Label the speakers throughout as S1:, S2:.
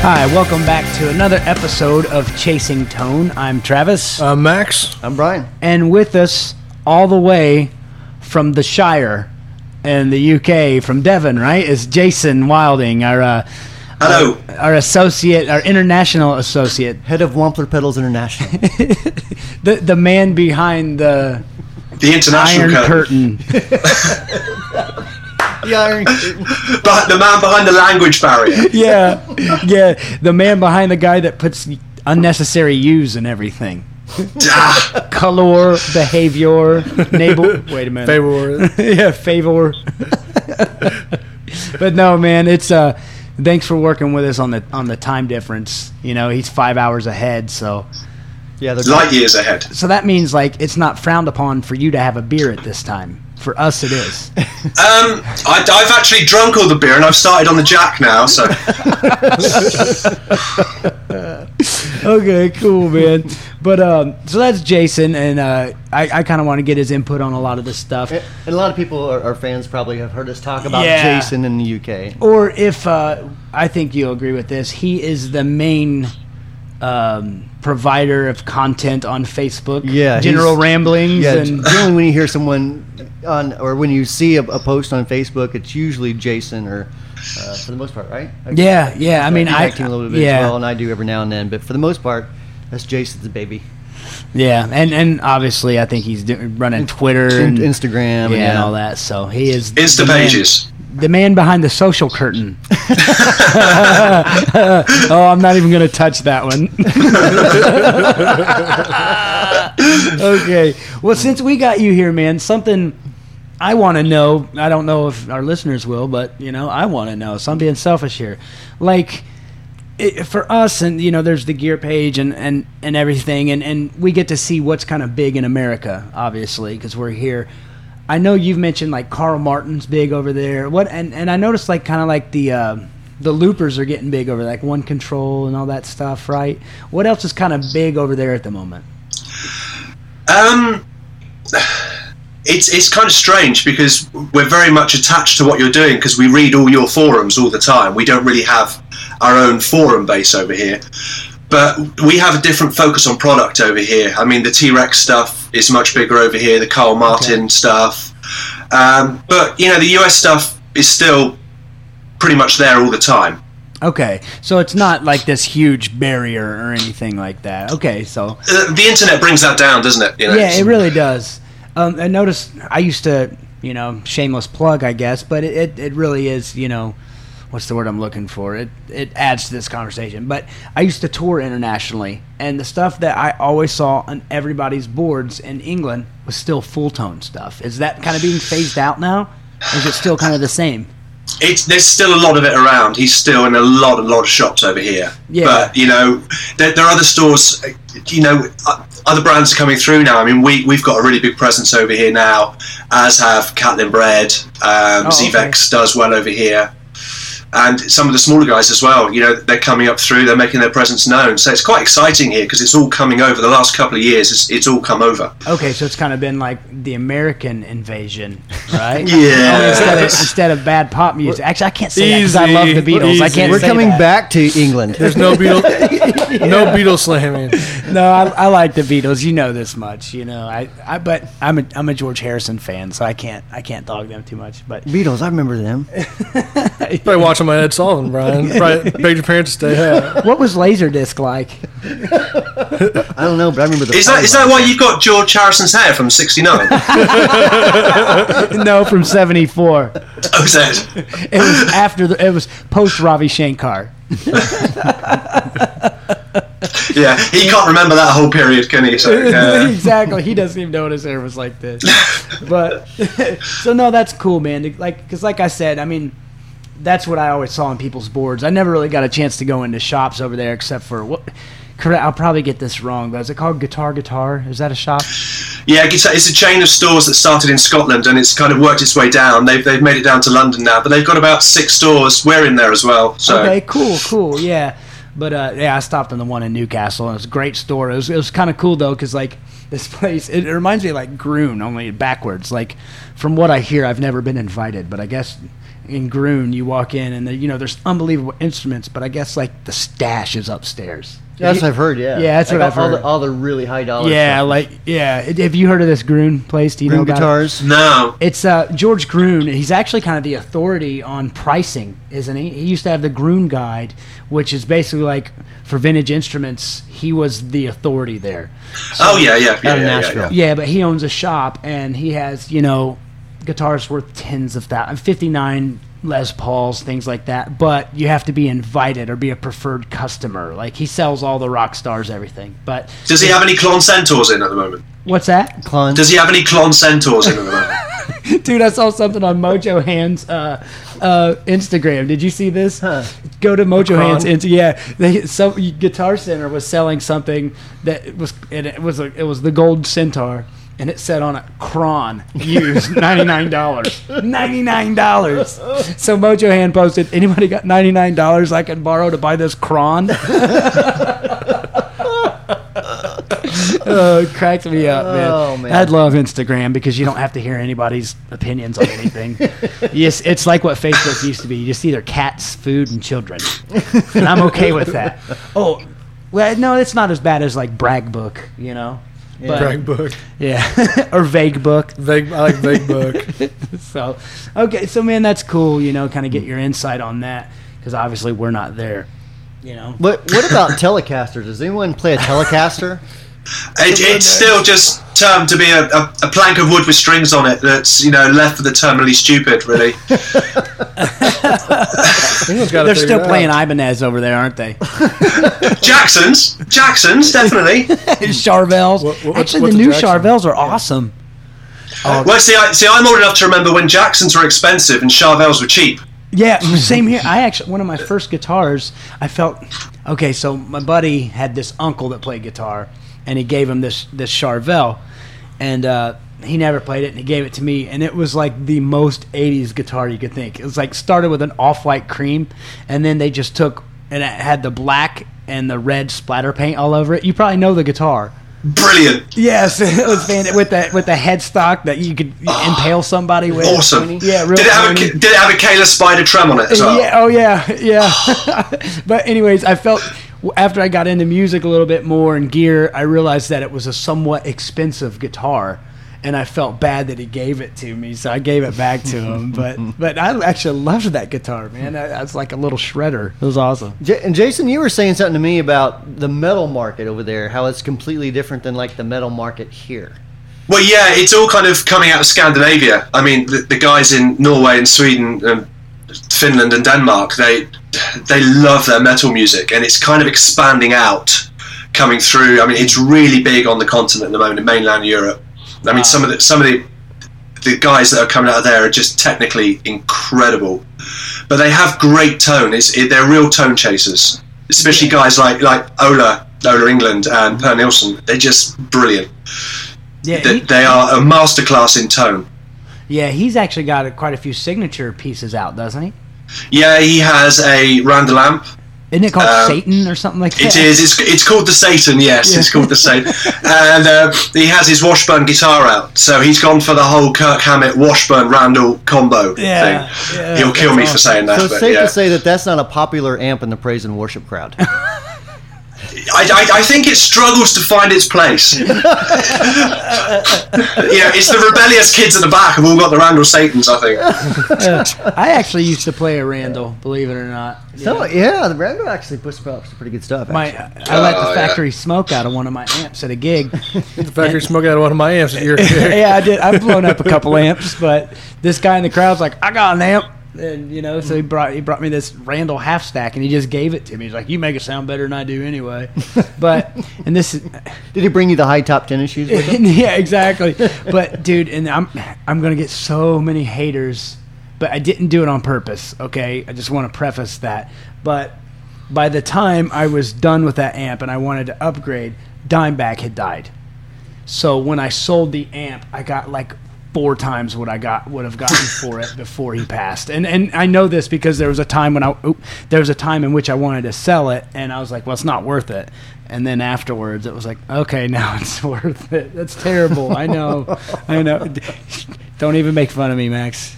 S1: Hi, welcome back to another episode of Chasing Tone. I'm Travis,
S2: Uh, Max,
S3: I'm Brian.
S1: and with us all the way from the Shire in the UK, from Devon, right, is Jason Wilding, our uh,
S4: Hello.
S1: our associate, our international associate,
S3: Head of Wampler Pedals International.
S1: the the man behind the
S4: The international
S1: Iron
S4: curtain.
S1: Curtain.
S3: the Iron Curtain.
S4: But the man behind the language barrier.
S1: yeah, yeah, the man behind the guy that puts unnecessary U's in everything.
S4: Ah,
S1: Color, behavior, navel. Wait a minute.
S2: favorite.
S1: yeah, favor. but no, man, it's uh, thanks for working with us on the on the time difference. You know, he's five hours ahead, so
S3: Yeah, they're
S4: light years ahead.
S1: so that means like it's not frowned upon for you to have a beer at this time. For us, it is.
S4: Um, I, I've actually drunk all the beer and I've started on the jack now. So
S1: okay, cool, man. But um, so that's Jason, and uh, I, I kind of want to get his input on a lot of this stuff.
S3: And a lot of people, our, our fans, probably have heard us talk about
S1: Yeah.
S3: Jason in the UK.
S1: or if uh, I think you'll agree with this, he is the main um, provider of content on Facebook.
S3: Yeah,
S1: general
S3: he's-
S1: ramblings
S3: Yeah,
S1: and
S3: generally when you hear someone on, or when you see a, a post on Facebook, it's usually Jason, or uh, for the most part, right?
S1: yeah, yeah. I mean, I
S3: acting a little bit
S1: yeah,
S3: as well, and I do every now and then, but for the most part, that's Jason's baby.
S1: yeah, and and obviously I think he's do- running Twitter and,
S3: And Instagram,
S1: yeah,
S3: and,
S1: and all that. So he is
S4: Insta
S1: the man-
S4: pages.
S1: the man behind the social curtain. oh, I'm not even going to touch that one. okay. Well, since we got you here, man, something I want to know. I don't know if our listeners will, but you know, I want to know. So I'm being selfish here. Like it, for us, and you know, there's the gear page and and and everything, and and we get to see what's kind of big in America, obviously, because we're here. I know you've mentioned like Carl Martin's big over there. What and and I noticed like kind of like the. Uh, the loopers are getting big over there, like one control and all that stuff, right? What else is kind of big over there at the moment?
S4: Um, it's it's kind of strange because we're very much attached to what you're doing because we read all your forums all the time. We don't really have our own forum base over here, but we have a different focus on product over here. I mean, the T Rex stuff is much bigger over here. The Carl Martin stuff, um, but you know, the US stuff is still pretty much there all the time.
S1: Okay, so it's not like this huge barrier or anything like that. Okay, so
S4: Uh, the internet brings that down, doesn't it? You know,
S1: yeah, it really does. Um, I noticed I used to, you know, shameless plug, I guess, but it, it, it really is, you know, what's the word I'm looking for? It it adds to this conversation. But I used to tour internationally, and the stuff that I always saw on everybody's boards in England was still full tone stuff. Is that kind of being phased out now? Is it still kind of the same?
S4: it's there's still a lot of it around. He's still in a lot, a lot of shops over here.
S1: Yeah.
S4: But you know, there, there are other stores. uh, You know, o- other brands are coming through now. I mean, we we've got a really big presence over here now, as have Catlin Bread. Um,
S1: Oh, okay.
S4: Zvex does well over here, and some of the smaller guys as well. You know, they're coming up through. They're making their presence known. So it's quite exciting here because it's all coming over. The last couple of years, it's, it's all come over.
S1: Okay, so it's kind of been like the American invasion, right?
S4: Yeah.
S1: Only Instead of, instead of bad pop music. Actually, I can't say that 'cause I love
S2: Easy.
S1: the Beatles. I
S2: Easy.
S1: can't
S3: We're
S1: say
S3: coming
S1: that.
S3: back to England.
S2: There's no Beetle, no Beetle slamming.
S1: No, I, I like the Beatles. You know this much. You know, I, I but I'm a, I'm a George Harrison fan, so I can't I can't dog them too much. But
S3: Beatles, I remember them.
S2: Probably watching my Ed Sullivan, Brian. Probably begged your parents to stay. Yeah.
S1: what was Laserdisc like?
S3: I don't know, but I remember the.
S4: Is that is that why you've got George Harrison's hair from '69?
S1: no, from '74.
S4: oh, is that-
S1: It was after the it was post Ravi Shankar.
S4: yeah, he can't remember that whole period, can he? uh, So, yeah.
S1: exactly. He doesn't even know what his hair was like this. But so no, that's cool, man. Like, because like I said, I mean, that's what I always saw on people's boards. I never really got a chance to go into shops over there, except for what. Correct. I'll probably get this wrong, but is it called Guitar Guitar? Is that a shop?
S4: Yeah, it's a, it's a chain of stores that started in Scotland and it's kind of worked its way down. They've, they've made it down to London now, but they've got about six stores. We're in there as well. So
S1: Okay, cool, cool, yeah. But uh, yeah, I stopped in the one in Newcastle, and it was a great store. It was, it was kind of cool though, because like this place, it, it reminds me of, like Groon, only backwards. Like from what I hear, I've never been invited, but I guess in Groon, you walk in and there- you know there's unbelievable instruments, but I guess like the stash is upstairs.
S3: That's
S1: You-
S3: what I've heard. Yeah,
S1: Yeah, that's
S3: Like,
S1: what I've
S3: all
S1: heard.
S3: The, all the really high dollar.
S1: yeah,
S3: stuff.
S1: like yeah. Have you heard of this Groon place? Do you know
S3: Room
S1: about it?
S3: guitars.
S4: No.
S1: It's uh, George Groon. and He's actually kind of the authority on pricing, isn't he? He used to have the Groon Guide, which is basically like for vintage instruments. He was the authority there.
S4: Oh yeah, yeah, yeah,
S3: Out of
S4: yeah, yeah,
S3: Nashville.
S4: yeah.
S1: Yeah, but he owns a shop and he has you know guitars worth tens of thousands, fifty nine Les Pauls, things like that. But you have to be invited or be a preferred customer. Like he sells all the rock stars, everything. But
S4: Does he have any Clon Centaurs in at the moment?
S1: what's that?
S3: Clon.
S4: Does he have any Clon Centaurs in at the moment?
S1: Dude, I saw something on Mojo Hand's uh, uh, Instagram. Did you see this?
S3: Huh.
S1: Go to Mojo
S2: Macron?
S1: Hand's. Insta- yeah, they, some Guitar Center was selling something that was and it was a, it was the Gold Centaur, and it said on it Kron used ninety nine dollars. ninety nine dollars. So Mojo Hand posted, anybody got ninety nine dollars I can borrow to buy this Kron? Oh, it cracked me up, man.
S3: Oh, man.
S1: I'd love Instagram because you don't have to hear anybody's opinions on anything. yes, it's like what Facebook used to be. You just see their cats, food, and children, and I'm okay with that. Oh, well, no, it's not as bad as like brag book, you know. But-
S2: Brag book.
S1: yeah, or vague book.
S2: Vague, I like vague book.
S1: So, okay, so man, that's cool. You know, kind of get your insight on that because obviously we're not there. You know,
S3: What What about Telecaster? Does anyone play a Telecaster?
S4: It, it's still just termed to be a, a, a plank of wood with strings on it that's you know left for the terminally stupid really
S2: Anyone's got
S1: they're still playing Ibanez over there, aren't they?
S4: jackson's jackson's definitely
S1: Charvels.
S2: What- what-
S1: Actually,
S2: what's
S1: the
S2: a
S1: new
S2: Jackson?
S1: Charvels are awesome.
S4: well see, I, see i'm old enough to remember when jackson's were expensive and charvels were cheap
S1: Yeah, same here. I actually one of my first guitars. I felt okay. So my buddy had this uncle that played guitar, and he gave him this this Charvel, and uh, he never played it, and he gave it to me, and it was like the most '80s guitar you could think. It was like started with an off-white cream, and then they just took and it had the black and the red splatter paint all over it. You probably know the guitar.
S4: brilliant
S1: Yes, it was fantastic with the with the headstock that you could impale somebody with.
S4: awesome
S1: Yeah, real
S4: did it have a
S1: pointy.
S4: K- did it have a kayla spider trem on it as well
S1: Yeah. Oh yeah. Yeah. but anyways, I felt w- after I got into music a little bit more and gear, I realized that it was a somewhat expensive guitar, and I felt bad that he gave it to me, so I gave it back to him. but but I actually loved that guitar, man. I, I was like a little shredder. It was awesome.
S3: J- and Jason, you were saying something to me about the metal market over there. How it's completely different than like the metal market here.
S4: Well, yeah, it's all kind of coming out of Scandinavia. I mean, the, the guys in Norway and Sweden and Finland and Denmark, they they love their metal music, and it's kind of expanding out, coming through. I mean, it's really big on the continent at the moment in mainland Europe. I mean, some of the some of the the guys that are coming out of there are just technically incredible, but they have great tone. It's it, they're real tone chasers, especially guys like like Ola. Ola England and Per Nielsen, they're just brilliant
S1: Yeah.
S4: that they are a masterclass in tone.
S1: yeah. He's actually got a, quite a few signature pieces out, doesn't he?
S4: Yeah, he has a Randall amp.
S1: Isn't it called
S4: Um,
S1: Satan or something like that?
S4: It is. It's, it's called the Satan. Yes, it's called the Satan. and uh, he has his Washburn guitar out, so he's gone for the whole Kirk Hammett Washburn Randall combo
S1: Yeah,
S4: thing.
S1: yeah,
S4: He'll kill
S1: that's
S4: me for saying that,
S3: So it's
S4: but
S3: safe
S4: yeah,
S3: to say that that's not a popular amp in the praise and worship crowd.
S4: I, I, I think it struggles to find its place. you know, it's the rebellious kids at the back have all got the Randall Satans. I think.
S1: I actually used to play a Randall, believe it or not.
S3: So yeah, the Randall actually puts out some pretty good stuff.
S1: My,
S3: actually.
S1: I let
S4: Oh,
S1: the
S4: yeah.
S1: factory smoke out of one of my amps at a gig.
S2: The factory smoke out of one of my amps. You're kidding.
S1: yeah, I did. I've blown up a couple amps, but this guy in the crowd's like, "I got an amp," and you know, so he brought he brought me this Randall half stack, and he just gave it to me. He's like, "You make it sound better than I do anyway." But and this is
S3: Did he bring you the high top tennis shoes? With him?
S1: yeah, exactly. But dude, and I'm I'm gonna get so many haters, but I didn't do it on purpose. Okay, I just want to preface that. But by the time I was done with that amp and I wanted to upgrade, Dimebag had died. So when I sold the amp, I got like four times what I got would have gotten for it before he passed. And and I know this because there was a time when I oop, there was a time in which I wanted to sell it and I was like, well, it's not worth it. And then afterwards, it was like, okay, now it's worth it. That's terrible. I know. I know. Don't even make fun of me, Max.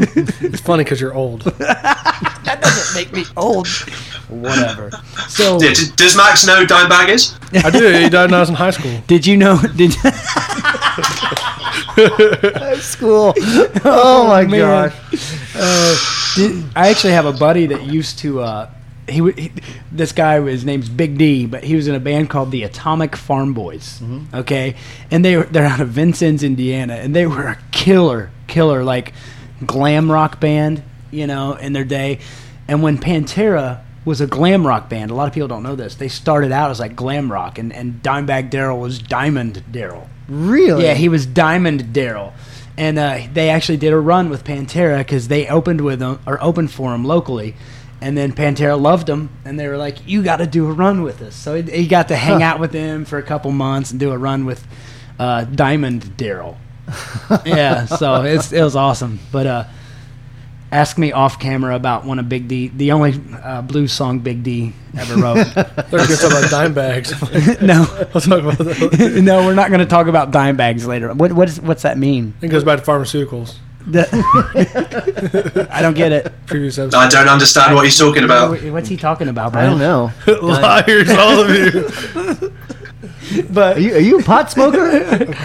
S2: It's funny because you're old.
S1: That doesn't make me old. Whatever. So
S4: Yeah, d- does Max know Dimebag is?
S2: I do. He died when I was in high school.
S1: did you know? Did
S3: school. Oh my
S1: man.
S3: gosh.
S1: Did- I actually have a buddy that used to. Uh, he, w- he this guy his name's Big D, but he was in a band called the Atomic Farm Boys. Okay, and they were they're out of Vincennes, Indiana, and they were a killer, killer like glam rock band, you know, in their day. And when Pantera was a glam rock band, a lot of people don't know this. They started out as like glam rock, and and Dimebag Daryl was Diamond Daryl.
S3: Really?
S1: Yeah, he was Diamond Daryl, and uh, they actually did a run with Pantera because they opened with him or opened for him locally, and then Pantera loved him, and they were like, "You got to do a run with us." So he, he got to hang out with them for a couple months and do a run with uh, Diamond Daryl. yeah, so it's, it was awesome, but. uh Ask me off camera about one of Big D, the only uh, blues song Big D ever wrote.
S2: They're going to talk about dime bags.
S1: no,
S2: I'll talk about that.
S1: no, we're not going to talk about dime bags later. What, what is, what's that mean?
S2: It goes back to pharmaceuticals.
S1: The- I don't get it.
S2: Previous
S4: I
S2: episode.
S4: don't understand what he's talking about.
S1: What's he talking about,
S3: I
S1: Brian?
S3: don't know.
S2: Liars, all of you.
S1: But
S3: Are you, are you a pot smoker?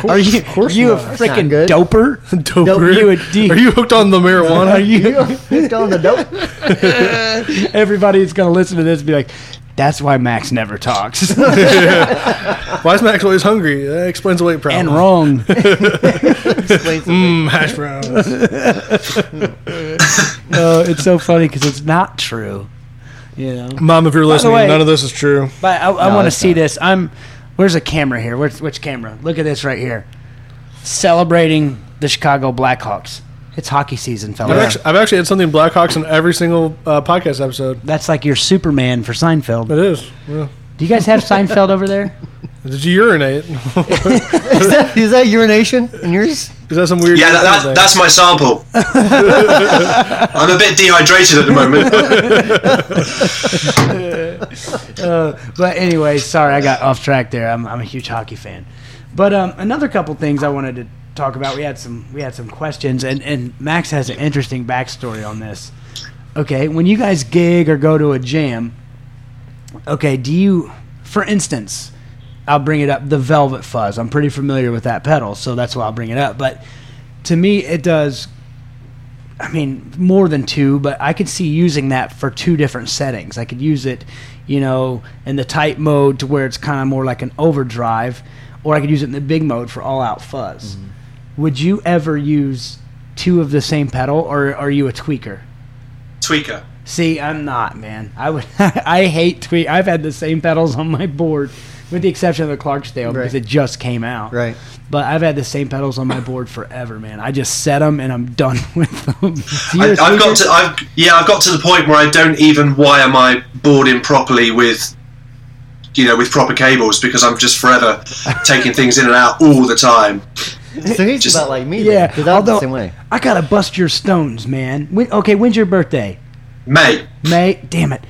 S1: are you, you a
S3: That's not
S1: freaking
S3: good.
S1: doper?
S2: Doper.
S1: you a D.
S2: Are you hooked on the marijuana?
S1: Are you?
S3: Hooked on the dope.
S1: Everybody's going to listen to this and be like, that's why Max never talks.
S2: Why is Max always hungry? That explains the weight problem.
S1: and wrong.
S3: Explains the-
S2: Mm, hash browns.
S1: No, it's so funny because it's not true. You know?
S2: Mom, if you're listening,
S1: way-
S2: none of this is true.
S1: But I, I
S3: No,
S1: want to
S3: that's
S1: see
S3: not.
S1: this. I'm. Where's the camera here? Which, which camera? Look at this right here. Celebrating the Chicago Blackhawks. It's hockey season,
S2: I've,
S1: fellas.
S2: actually, I've actually had something Blackhawks in every single uh, podcast episode.
S1: That's like your Superman for Seinfeld.
S2: It is. Yeah.
S1: Do you guys have Seinfeld over there?
S2: Did you urinate?
S3: Is that, is that urination in yours?
S2: Is that some weird?
S4: Yeah, that,
S2: thing?
S4: that, that's my sample. I'm a bit dehydrated at the moment.
S1: Uh, but anyway, sorry, I got off track there. I'm, I'm a huge hockey fan. But um, another couple things I wanted to talk about. We had some we had some questions, and, and Max has an interesting backstory on this. Okay, when you guys gig or go to a jam, okay, do you, for instance, I'll bring it up the Velvet Fuzz. I'm pretty familiar with that pedal, so that's why I'll bring it up. But to me, it does I mean, more than two, but I could see using that for two different settings. I could use it, you know, in the tight mode to where it's kind of more like an overdrive, or I could use it in the big mode for all out fuzz. Would you ever use two of the same pedal, or are you a tweaker?
S4: Tweaker.
S1: See, I'm not, man. I would. I hate tweak. I've had the same pedals on my board, with the exception of the Clarksdale because
S3: Right.
S1: it just came out.
S3: Right.
S1: But I've had the same pedals on my board forever, man. I just set them and I'm done with them. Do you
S4: I,
S1: a
S4: I've
S1: tweaker?
S4: got to. I've yeah. I've got to the point where I don't even wire my board in properly with, you know, with proper cables because I'm just forever taking things in and out all the time.
S3: So he's
S4: Just-
S3: about like me.
S1: Yeah,
S3: Because I'm
S1: although
S3: the same way.
S1: I gotta bust your stones, man. When, okay, when's your birthday?
S4: Mate,
S1: May. Damn it.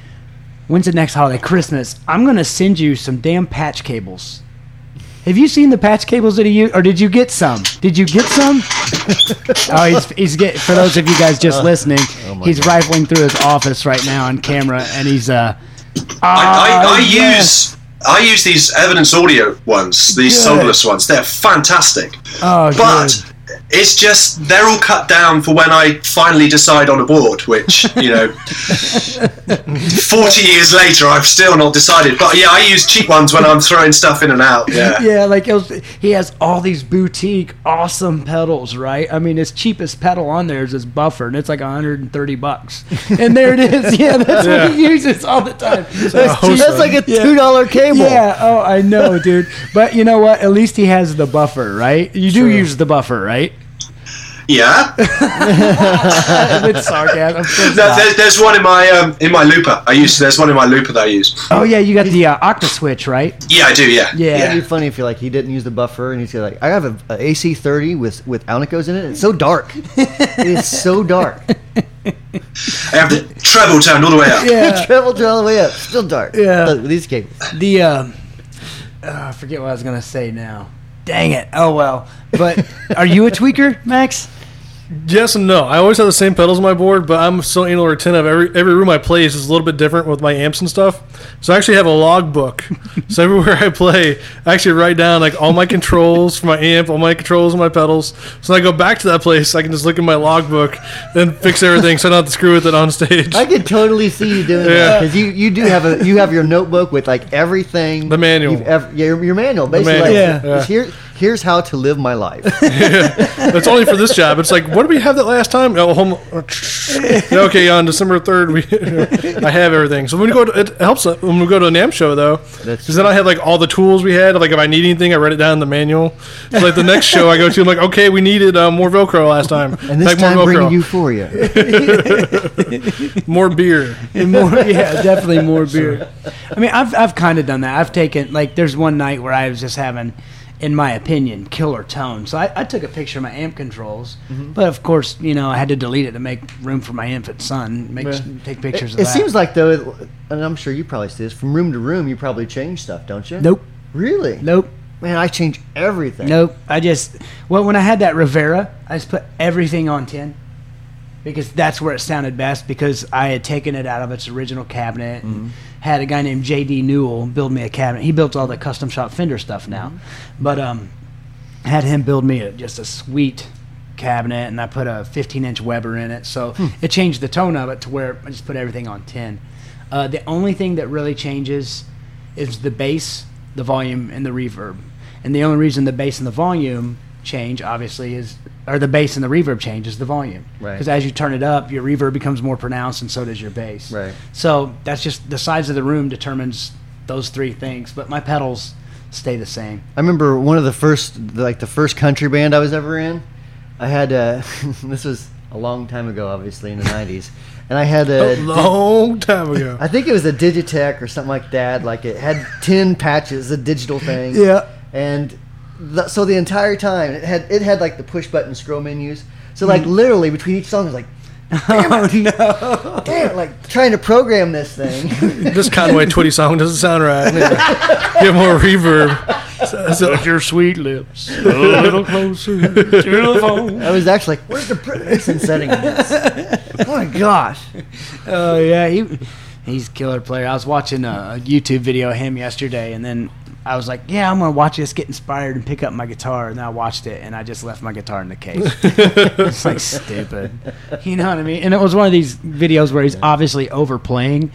S1: When's the next holiday? Christmas. I'm gonna send you some damn patch cables. Have you seen the patch cables that he used, or did you get some? Did you get some? oh, he's he's get for those of you guys
S3: Uh,
S1: just listening,
S3: oh
S1: he's rifling through his office right now on camera, and he's uh.
S4: I, I, I
S1: ah, yes.
S4: use I use these Evidence Audio ones, these solderless ones. They're fantastic,
S1: Oh,
S4: but.
S1: good.
S4: It's just they're all cut down for when I finally decide on a board, which you know, forty years later I've still not decided. But yeah, I use cheap ones when I'm throwing stuff in and out. Yeah,
S1: yeah, like it was, he has all these boutique awesome pedals, right? I mean, his cheapest pedal on there is this buffer, and it's like 130 bucks. And there it is. Yeah, that's what he uses all the time. That's
S2: host
S1: cheap.
S3: That's like a
S1: Yeah.
S3: two dollar cable.
S1: Yeah. Oh, I know, dude. But you know what? At least he has the buffer, right? You do
S2: True.
S1: use the buffer, right?
S4: yeah.
S1: It's sarcasm. Of course
S4: No,
S1: not.
S4: there, there's one in my um, in my looper. I use there's one in my looper that I use.
S1: Oh yeah, you got the uh, Octa Switch, right?
S4: Yeah, I do. Yeah.
S1: Yeah.
S3: It'd be funny if you like he didn't use the buffer and he's like, I have a, a AC30 with with Alnicos in it. It's so dark. it's so dark.
S4: I have the treble turned all the way up.
S1: Yeah.
S3: Traveled all the way up. Still dark.
S1: Yeah.
S3: Look, these cables.
S1: the um, oh, I forget what I was gonna say now. Dang it! Oh well. But are you a tweaker, Max?
S2: Yes and no. I always have the same pedals on my board, but I'm so anal retentive. Every every room I play is just a little bit different with my amps and stuff. So I actually have a log book. so everywhere I play, I actually write down like all my controls for my amp, all my controls on my pedals. So when I go back to that place, I can just look in my log book and fix everything, so I don't have to screw with it on stage.
S3: I could totally see you doing
S2: Yeah.
S3: that because you, you do have a you have your notebook with like everything
S2: The manual.
S3: you've ever, yeah, your, your manual basically
S2: manual,
S3: like,
S2: yeah.
S3: Here, here's how to live my life
S2: That's only for this job. It's like, what did we have that last time? Oh, home. Okay, on December third, we I have everything. So when we go, to, it helps uh, when we go to an AM show though,
S3: That's-
S2: because then I have like all the tools we had. Like if I need anything, I write it down in the manual. So like the next show I go to, I'm like, okay, we needed uh, more Velcro last time,
S3: and this
S2: like
S3: time
S2: more
S3: bringing euphoria
S2: more beer.
S1: And more, yeah, definitely more beer. I mean, I've I've kind of done that. I've taken like there's one night where I was just having, in my opinion, killer tone. So I, I took a picture of my amp controls, but of course, you know, I had to delete it to make room for my infant son. Make take pictures.
S3: it,
S1: of
S3: it
S1: that.
S3: seems like though and I'm sure you probably see this from room to room you probably change stuff don't you
S1: nope,
S3: really
S1: nope,
S3: man I change everything
S1: nope. I just well when I had that Rivera, I just put everything on ten. Because that's where it sounded best. Because I had taken it out of its original cabinet and had a guy named J.D. Newell build me a cabinet. He built all the custom shop Fender stuff now, but um, had him build me a, just a sweet cabinet, and I put a 15 inch Weber in it. So
S3: Hmm.
S1: it changed the tone of it to where I just put everything on 10. Uh, the only thing that really changes is the bass, the volume, and the reverb. And the only reason the bass and the volume change, obviously, is or the bass and the reverb change is the volume.
S3: Right.
S1: Because as you turn it up, your reverb becomes more pronounced, and so does your bass.
S3: Right.
S1: So that's just the size of the room determines those three things. But my pedals stay the same.
S3: I remember one of the first, like the first country band I was ever in. I had uh, this was a long time ago, obviously in the '90s, and I had a.
S2: A long time ago.
S3: I think it was a Digitech or something like that. Like it had ten patches, a digital thing.
S1: Yeah.
S3: And the, so the entire time it had it had like the push button scroll menus. So like
S1: Hmm.
S3: literally between each song, it was like,
S1: Oh no!
S3: damn, like trying to program this thing.
S2: This Conway Twitty song doesn't sound right. Get more reverb. So- so-
S1: your sweet lips a little closer to the phone.
S3: I was actually like, where's the premise and setting of this? Oh my gosh!
S1: Oh yeah, he he's a killer player. I was watching a, a YouTube video of him yesterday, and then I was like, yeah, I'm gonna watch this, get inspired, and pick up my guitar. And I watched it, and I just left my guitar in the case. it's like stupid, you know what I mean? And it was one of these videos where he's obviously overplaying.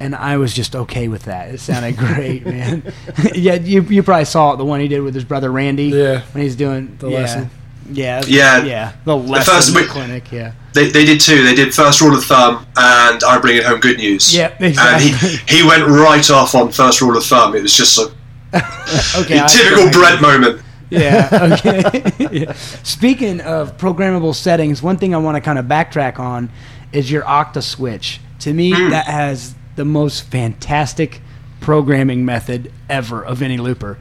S1: And I was just okay with that. It sounded great, man. yeah, you, you probably saw it, the one he did with his brother Randy.
S2: Yeah.
S1: When he's doing the yeah,
S2: lesson.
S1: Yeah.
S4: Yeah.
S1: Yeah. The
S4: first
S1: lesson
S4: week-
S1: clinic, yeah.
S4: They, they did two. They did first rule of thumb and I bring it home good news.
S1: Yeah, exactly.
S4: And he, he went right off on first rule of thumb. It was just a
S1: Okay. I-
S4: typical bread moment.
S1: Yeah. Okay. Yeah. Speaking of programmable settings, one thing I want to kind of backtrack on is your Octa switch. To me,
S4: Hmm.
S1: that has the most fantastic programming method ever of any looper.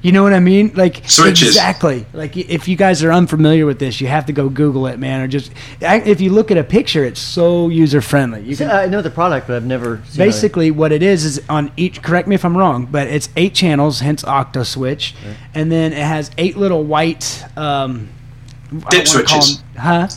S1: You know what I mean? Like
S4: Switches.
S1: exactly. Like y- if you guys are unfamiliar with this, you have to go Google it, man. Or just I- if you look at a picture, it's so user friendly. You can
S3: I know the product, but I've never seen it.
S1: basically what it is is on each correct me if i'm wrong but it's eight channels hence octo switch and then it has eight little white um I
S4: Dip
S1: don't wanna call
S4: switches.
S1: 'em- huh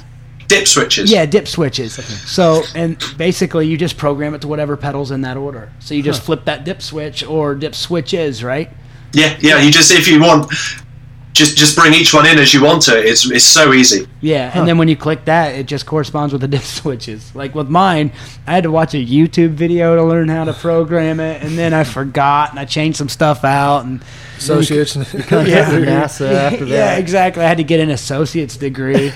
S4: Dip switches.
S1: yeah dip switches so and basically you just program it to whatever pedals in that order so you just flip that dip switch or dip switches right
S4: Yeah, yeah. You just if you want, just just bring each one in as you want to. It's it's so easy.
S1: Yeah, and then when you click that, it just corresponds with the dip switches. Like with mine, I had to watch a YouTube video to learn how to program it, and then I forgot and I changed some stuff out. And
S2: Associates.
S3: Yeah. NASA after
S1: yeah,
S3: that.
S1: exactly. I had to get an associate's degree,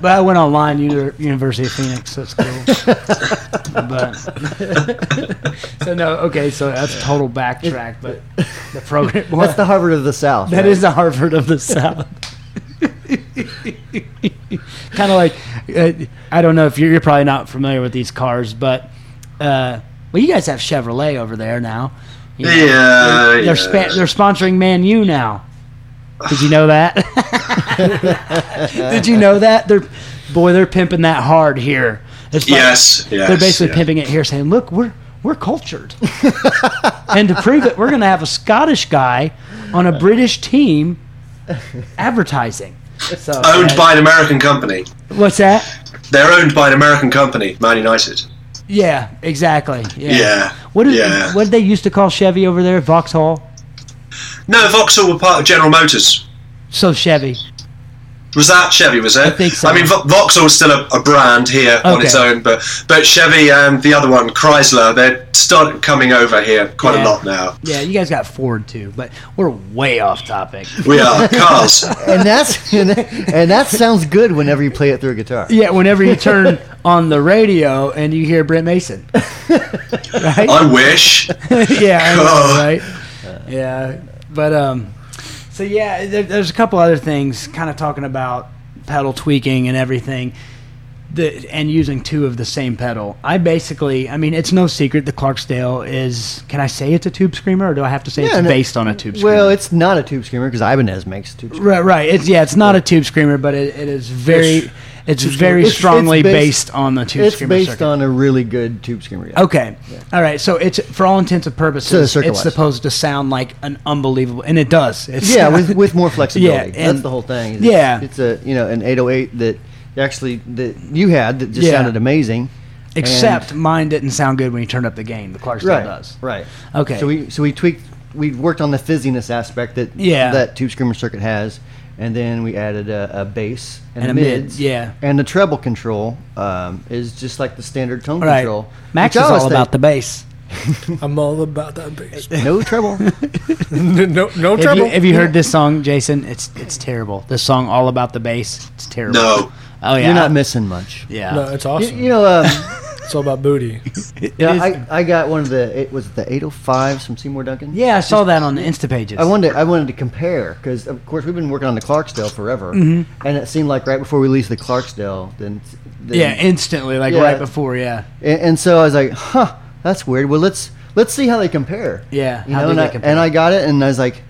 S1: but I went online Uni- University of Phoenix. That's cool. but so no, okay, so that's a total backtrack. But the program
S3: That's the Harvard of the South.
S1: that
S3: right?
S1: is the Harvard of the South. kind of like uh, I don't know if you're, you're probably not familiar with these cars, but uh, well, you guys have Chevrolet over there now. You know,
S4: Yeah,
S1: they're
S4: Uh, yeah.
S1: spa- they're sponsoring Man U now. Did you know that? Did you know that? They're boy, they're pimping that hard here. It's like-
S4: yes, yes.
S1: they're basically
S4: yeah.
S1: pimping it here, saying, "Look, we're we're cultured, and to prove it, we're going to have a Scottish guy on a British team advertising." So
S4: Owned
S1: bad.
S4: by an American company.
S1: what's that?
S4: They're owned by an American company, Man United.
S1: Yeah, exactly. Yeah.
S4: Yeah.
S1: What did
S4: yeah.
S1: what did they used to call Chevy over there? Vauxhall.
S4: No, Vauxhall were part of General Motors.
S1: So Chevy.
S4: Was that Chevy? Was it? I
S1: think so.
S4: I mean, Vo- Vauxhall is still a, a brand here on
S1: Okay.
S4: its own, but but Chevy and the other one, Chrysler, they're starting coming over here quite
S1: Yeah.
S4: a lot now.
S1: Yeah, you guys got Ford too, but we're way off topic.
S4: We are cars.
S3: and that's and that, and that sounds good whenever you play it through a guitar.
S1: Yeah, whenever you turn on the radio and you hear Brent Mason, right?
S4: I wish.
S1: yeah, I know,
S4: God.
S1: right? Yeah, but um, so yeah, there, there's a couple other things kind of talking about pedal tweaking and everything. The, and using two of the same pedal. I basically, I mean, it's no secret the Clarksdale is. Can I say it's a tube screamer, or do I have to say
S3: and
S1: it's
S3: it-
S1: based on a tube screamer?
S3: Well, it's not a tube screamer because Ibanez makes tube screamers.
S1: Right, right. It's yeah, it's not a tube screamer, but it, it is very, it's very
S3: It's- it's
S1: strongly based,
S3: based-
S1: on the tube
S3: It's
S1: screamer.
S3: based
S1: circuit.
S3: on a really good tube screamer. yeah.
S1: Okay, all right. So it's for all intents and
S3: So the
S1: purposes,
S3: circuit
S1: it's
S3: wise.
S1: supposed to sound like an unbelievable, and it does. It's
S3: Yeah, with, with more flexibility.
S1: Yeah,
S3: that's
S1: and-
S3: the whole thing. It's-
S1: yeah.
S3: it's a you know an 808 that actually that you had that just
S1: Yeah.
S3: sounded amazing.
S1: except mine didn't sound good when you turned up the gain. The Clarksdale
S3: right,
S1: does.
S3: right.
S1: Okay.
S3: So we so we tweaked we worked on the fizziness aspect that
S1: Yeah.
S3: that tube screamer circuit has, and then we added a, a bass and,
S1: And a mid,
S3: mids.
S1: yeah.
S3: and the treble control um, is just like the standard tone
S1: All right.
S3: control.
S1: Max
S3: which
S1: is
S3: I always
S1: all about the
S3: think-
S1: bass.
S2: I'm all about that bass.
S3: no treble.
S2: no, no
S1: Have
S2: trouble.
S1: you, have you heard this song, Jason? It's it's terrible. This song, all about the bass. It's terrible.
S4: No.
S1: Oh yeah.
S3: You're not missing much.
S1: yeah.
S2: No, it's
S3: You,
S2: awesome.
S3: you know, um,
S2: It's all about booty.
S3: yeah,
S1: is-
S3: I, I got one of the it was the 805s from Seymour Duncan.
S1: yeah, I saw that on the Insta pages.
S3: I wanted I wanted to compare because of course we've been working on the Clarksdale forever,
S1: Mm-hmm.
S3: and it seemed like right before we released the Clarksdale, then, then
S1: yeah, instantly, like
S3: Yeah.
S1: right before. Yeah.
S3: and, and so I was like, huh, that's weird. Well, let's let's see how they compare.
S1: Yeah,
S3: you
S1: how
S3: know,
S1: do
S3: and,
S1: they
S3: I,
S1: compare?
S3: and I got it, and I was like,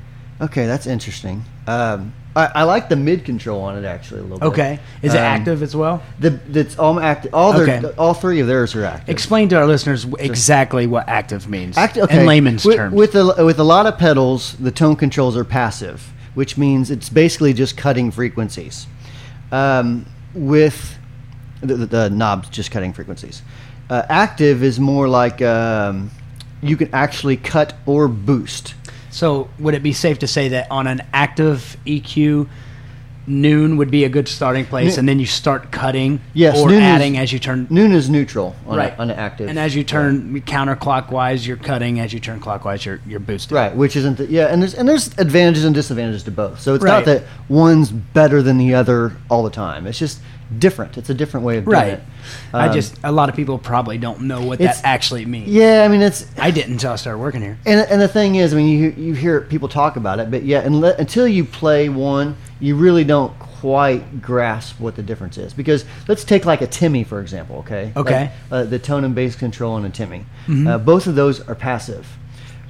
S3: okay, that's interesting. Um, I, I like the mid control on it actually a little bit.
S1: Okay. Is it
S3: Um,
S1: active as well?
S3: The that's all active. All their
S1: Okay.
S3: all three of theirs are active.
S1: Explain to our listeners w- exactly what active means
S3: Act- okay.
S1: in layman's
S3: with,
S1: terms.
S3: With a, with a lot of pedals, the tone controls are passive, which means it's basically just cutting frequencies. Um, with the, the, the knobs, just cutting frequencies. Uh, active is more like um, you can actually cut or boost.
S1: so, would it be safe to say that on an active EQ, noon would be a good starting place,
S3: Noon-
S1: and then you start cutting
S3: Yes,
S1: or
S3: noon is-
S1: adding as you turn
S3: Noon is neutral on, a-
S1: right
S3: on an active.
S1: and as you turn counterclockwise, you're cutting. As you turn clockwise, you're you're boosting.
S3: Right, which isn't the, yeah, and there's and there's advantages and disadvantages to both. So it's
S1: Right.
S3: not that one's better than the other all the time. It's just different. It's a different way of doing
S1: Right.
S3: it.
S1: I
S3: Um,
S1: just a lot of people probably don't know what that
S3: It's-
S1: actually means.
S3: yeah, I mean it's
S1: I didn't until I started working here.
S3: And, and the thing is, I mean, you you hear people talk about it, but yeah, unle- until you play one, you really don't quite grasp what the difference is. Because let's take like a Timmy for example, okay?
S1: Okay.
S3: Like, uh, the tone and bass control on a Timmy, uh, both of those are passive,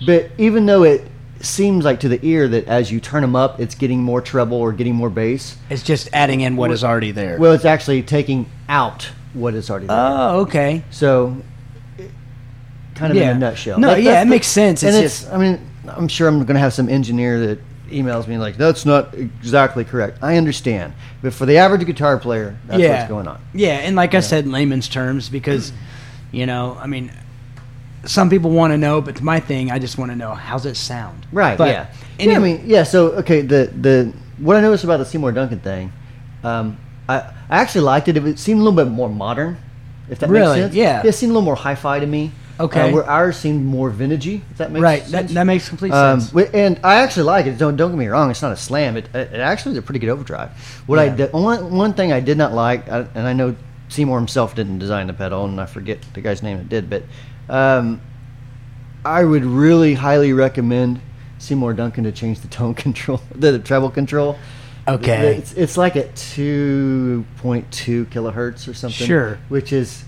S3: but even though it seems like to the ear that as you turn them up, it's getting more treble or getting more bass.
S1: It's just adding in what is already there.
S3: Well, it's actually taking out what is already there.
S1: oh, okay.
S3: So, it- kind of
S1: Yeah.
S3: in a nutshell.
S1: No, yeah,
S3: that's
S1: it makes sense.
S3: And
S1: It's
S3: it's, I mean, I'm sure I'm going to have some engineer that emails me like, "That's not exactly correct." I understand, but for the average guitar player, that's
S1: yeah.
S3: what's going on.
S1: Yeah, and like I said, in layman's terms,
S3: Mm.
S1: because you know, I mean, some people want to know, but my thing, I just want to know how's it sound,
S3: Right.
S1: But
S3: yeah.
S1: anyway,
S3: yeah. I mean, yeah. So, okay, the the what I noticed about the Seymour Duncan thing, um, I I actually liked it. It seemed a little bit more modern. If that
S1: Really?
S3: makes sense.
S1: Yeah.
S3: It seemed a little more hi-fi to me.
S1: Okay.
S3: Uh, where ours seemed more vintagey. If that makes
S1: right?
S3: sense.
S1: That, that makes complete
S3: Um,
S1: sense.
S3: wi- and I actually like it. Don't don't get me wrong. It's not a slam. It it it actually is a pretty good overdrive. What I did, one one thing I did not like, I, and I know Seymour himself didn't design the pedal, and I forget the guy's name that did, but um, I would really highly recommend Seymour Duncan to change the tone control, the, treble control.
S1: Okay.
S3: it's it's like at two point two kilohertz or something.
S1: Sure.
S3: which is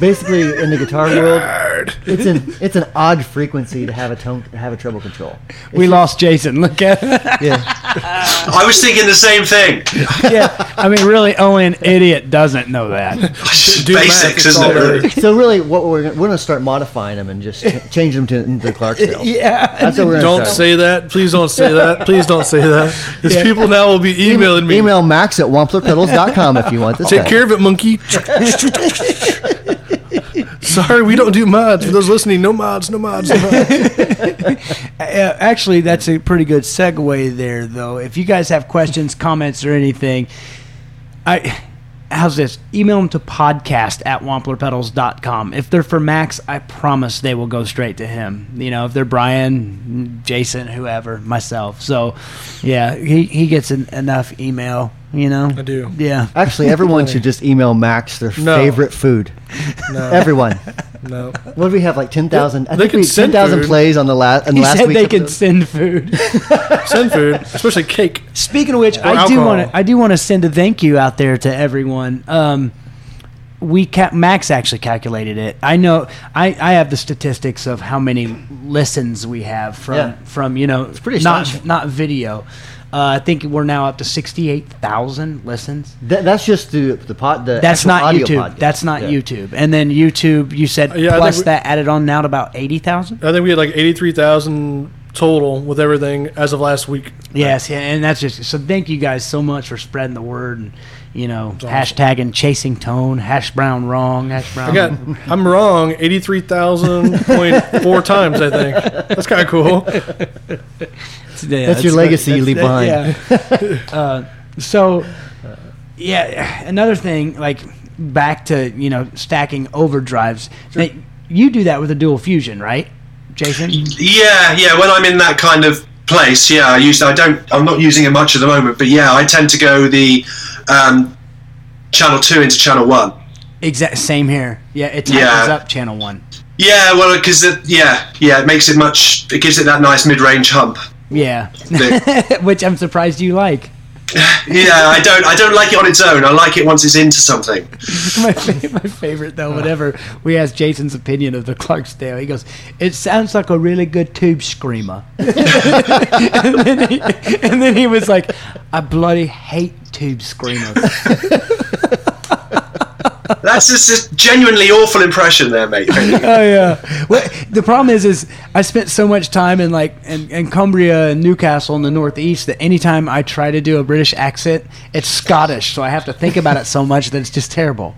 S3: basically in the guitar world, it's an it's an odd frequency to have a tone to have a treble control. It's
S1: We
S3: just-
S1: lost Jason. Look at
S3: Yeah,
S4: I was thinking the same thing.
S1: yeah. I mean, really, only an idiot doesn't know that.
S2: do the math,
S4: Basics,
S2: it's
S4: isn't
S2: all
S4: it?
S2: there.
S4: Really?
S3: so really, what we're gonna- we're gonna start modifying them and just ch- change them to the Clarksville.
S1: Yeah.
S3: That's what we're gonna
S2: Don't
S3: start.
S2: say that. Please don't say that. Please don't say that. These
S1: Yeah.
S2: people now will be emailing me.
S3: Email Max at wamplerpedals.com if you want this.
S2: Take
S3: thing.
S2: care of it, monkey. Sorry, we don't do mods. For those listening, no mods, no mods. No mods.
S1: Uh, actually, that's a pretty good segue there, though. If you guys have questions, comments, or anything, I. How's this? Email them to podcast at wamplerpedals.com. If they're for Max, I promise they will go straight to him. You know, if they're Brian, Jason, whoever, myself. So, yeah, he, he gets en- enough email, you know?
S2: I do.
S1: Yeah.
S3: Actually, everyone should just email Max their
S2: No.
S3: favorite food.
S2: No,
S3: Everyone.
S2: no.
S3: What do we have? Like ten thousand. I
S2: They
S3: think
S2: can
S3: we ten
S2: send
S3: thousand
S2: food.
S3: plays on the last.
S1: He
S3: last
S1: said
S3: week's
S1: they could
S3: episode.
S1: send food.
S2: Send food, especially cake.
S1: Speaking of which, I do
S2: alcohol.
S1: want to I do want to send a thank you out there to everyone. Um, we ca- Max actually calculated it. I know I, I have the statistics of how many listens we have from
S3: Yeah.
S1: from you know
S3: pretty
S1: not
S3: astonishing.
S1: not video. Uh, I think we're now up to sixty eight thousand listens.
S3: Th- that's just the the pot. The
S1: That's
S3: actual
S1: not
S3: audio
S1: YouTube.
S3: podcast.
S1: That's not
S3: Yeah.
S1: YouTube. And then YouTube, you said
S2: Yeah, I
S1: plus
S2: think we-
S1: that added on now to about eighty thousand.
S2: I think we had like 83,000 total with everything as of last week.
S1: Yes, yeah, and that's just so. Thank you guys so much for spreading the word and you know
S2: awesome.
S1: hashtagging chasing tone, hash brown wrong, hash brown.
S2: I got, I'm wrong, 83,000.4 times, I think. That's kind of cool.
S3: That's your legacy you leave behind.
S1: Yeah. uh, so, yeah, another thing, like back to you know stacking overdrives. That you do that with a dual fusion, right, Jason?
S4: Yeah, yeah. When I'm in that kind of place, yeah, I use. I don't. I'm not using it much at the moment, but yeah, I tend to go the um, channel two into channel one.
S1: Exact same here. Yeah, it tightens
S4: Yeah.
S1: up channel one.
S4: Yeah, well, because yeah, yeah, it makes it much. It gives it that nice mid-range hump.
S1: Yeah,
S4: The-
S1: which I'm surprised you like.
S4: Yeah, I don't. I don't like it on its own. I like it once it's into something.
S1: my, fa- my favorite though whenever we asked jason's opinion of the clarksdale he goes it sounds like a really good tube screamer and, then he, and then he was like i bloody hate tube screamers
S4: That's just a genuinely awful impression there, mate.
S1: oh yeah. Well, the problem is, is I spent so much time in like in, in Cumbria and Newcastle in the Northeast that anytime I try to do a British accent, it's Scottish, so I have to think about it so much that it's just terrible.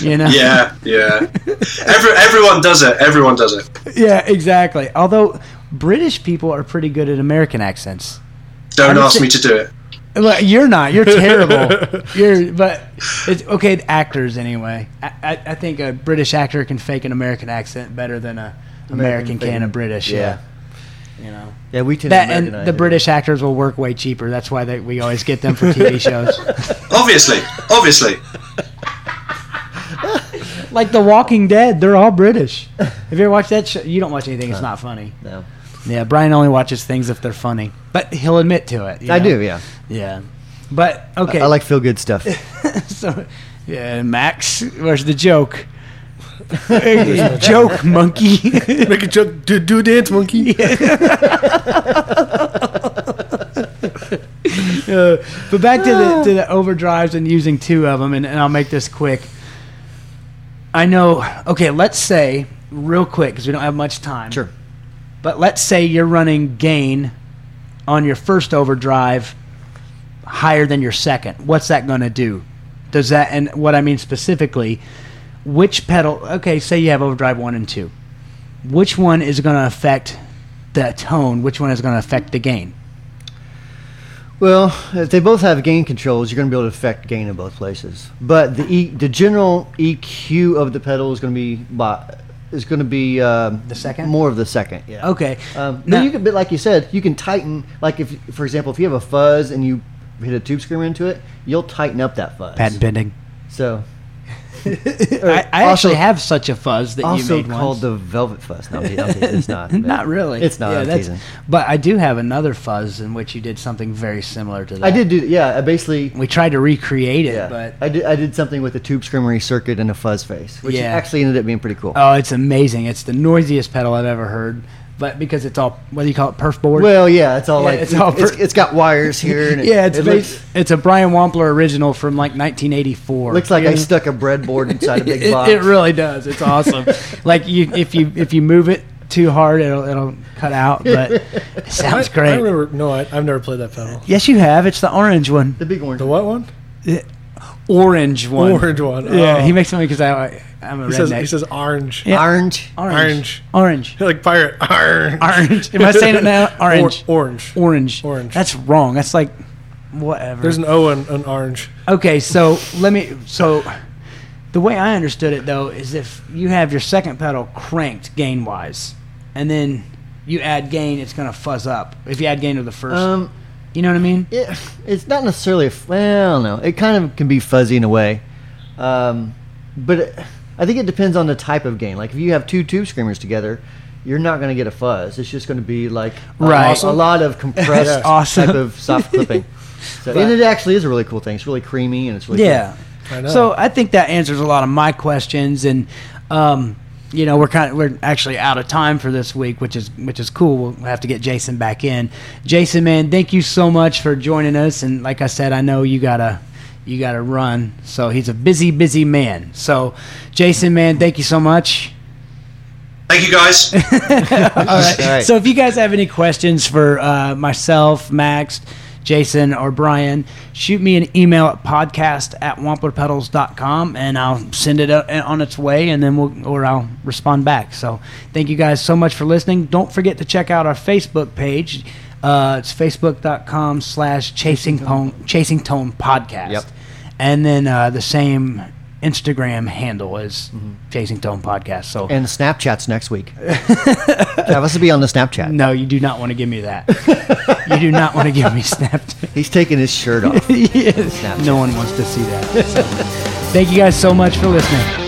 S1: You know?
S4: Yeah, yeah. Every, everyone does it. Everyone does it.
S1: Yeah, exactly. Although British people are pretty good at American accents.
S4: Don't
S1: don't
S4: ask
S1: thi-
S4: me to do it.
S1: Well, you're not. You're terrible. you're, but it's okay. to Actors, anyway. I, I, I think a British actor can fake an American accent better than a American,
S3: American
S1: can a
S3: fake-
S1: British.
S3: Yeah.
S1: Yeah. you know
S3: Yeah, we tend
S1: that,
S3: to
S1: and
S3: Americanize
S1: the
S3: it.
S1: British actors will work way cheaper. That's why they, we always get them for TV shows,
S4: Obviously, obviously.
S1: like The Walking Dead. They're all British. Have you ever watched that show? You don't watch anything. It's not funny.
S3: No.
S1: Yeah, Brian only watches things if they're funny, but he'll admit to it. you
S3: I
S1: know?
S3: do, yeah.
S1: Yeah, but okay.
S3: I like feel good stuff.
S1: so, yeah, Max, where's the joke? joke monkey.
S2: Make a joke, do, do a dance, monkey.
S1: Uh, but back to the to the overdrives and using two of them, and, and I'll make this quick. I know. Okay, let's say real quick because we don't have much time.
S3: sure.
S1: But let's say you're running gain on your first overdrive higher than your second. What's that going to do? Does that and what I mean specifically, which pedal? Okay, say you have overdrive one and two. Which one is going to affect the tone? Which one is going to affect the gain?
S3: Well, if they both have gain controls, you're going to be able to affect gain in both places. But the e- the general EQ of the pedal is going to be by, is going to be um,
S1: The second?
S3: more of the second. Yeah.
S1: Okay.
S3: Um,
S1: Now-
S3: but you can, but like you said, you can tighten. Like if, for example, if you have a fuzz and you hit a tube screamer into it, you'll tighten up that fuzz.
S1: Patent pending.
S3: So
S1: I, I
S3: Also-
S1: actually have such a fuzz that you
S3: also
S1: made
S3: called
S1: once.
S3: the velvet fuss. No, I'm te- I'm teasing. it's not. but-
S1: not really.
S3: It's not.
S1: Yeah,
S3: I'm
S1: that's-
S3: teasing.
S1: But I do have another fuzz in which you did something very similar to that.
S3: I did do. Yeah, I basically.
S1: We tried to recreate it,
S3: Yeah,
S1: but
S3: I did. I did something with a tube screamery circuit and a fuzz face, which
S1: Yeah.
S3: actually ended up being pretty cool.
S1: oh, it's amazing! It's the noisiest pedal I've ever heard. But because it's all what do you call it, perf board?
S3: well, yeah, it's all
S1: Yeah,
S3: like
S1: it's
S3: it's,
S1: all
S3: it's,
S1: per-
S3: it's got wires here. And it,
S1: yeah, it's
S3: it
S1: bas-
S3: looks,
S1: it's a Brian Wampler original from like 1984.
S3: looks like
S1: Yeah.
S3: I stuck a breadboard inside a
S1: It-
S3: big
S1: it,
S3: box.
S1: It really does. It's awesome. like you, if you if you move it too hard, it'll it'll cut out. But it sounds
S2: I- I
S1: great.
S2: remember. No, I, I've never played that pedal.
S1: yes, you have. It's the orange one.
S3: the big orange.
S2: The what one?
S1: Orange one.
S2: Orange one.
S1: Yeah,
S2: Oh.
S1: he makes fun of me because I I'm a
S2: He
S1: redneck.
S2: says, he says orange.
S1: Yeah.
S3: Orange.
S1: orange. Orange.
S2: orange. Like pirate. Orange.
S1: Orange. Am I saying it now?
S2: Or-
S1: Orange.
S2: orange.
S1: orange.
S2: Orange.
S1: That's wrong. That's like whatever.
S2: There's an O and an orange.
S1: okay, so let me. So the way I understood it though is if you have your second pedal cranked gain wise, and then you add gain, it's gonna fuzz up. If you add gain to the first,
S3: Um,
S1: you know what I mean?
S3: it, it's not necessarily a f- well no it kind of can be fuzzy in a way um, but it, i think it depends on the type of gain like if you have two tube screamers together you're not going to get a fuzz it's just going to be like a,
S1: Right.
S3: a lot of compressed
S1: That's awesome.
S3: type of soft clipping so, and it actually is a really cool thing it's really creamy and it's really
S1: Yeah.
S2: I know.
S1: So I think that answers a lot of my questions, and um, you know we're kind of, we're actually out of time for this week, which is which is cool. We'll have to get Jason back in. Jason, man, thank you so much for joining us. And like I said, I know you gotta you gotta run, so he's a busy busy man. So Jason, man, thank you so much.
S4: Thank you guys.
S3: all right,
S1: So if you guys have any questions for uh, myself, Max, Jason, or Brian, shoot me an email at podcast at wamplerpedals.com and I'll send it o- on its way and then we'll, or I'll respond back. So thank you guys so much for listening. Don't forget to check out our Facebook page. Uh, it's facebook.com slash chasing tone, chasing tone podcast.
S3: Yep.
S1: And then uh, the same Instagram handle as chasing tone podcast. So
S3: and snapchat's next week travis will be on the snapchat
S1: no, you do not want to give me that. you do not want to give me Snapchat.
S3: he's taking his shirt off
S1: Yes. No one wants to see that. So, thank you guys so much for listening.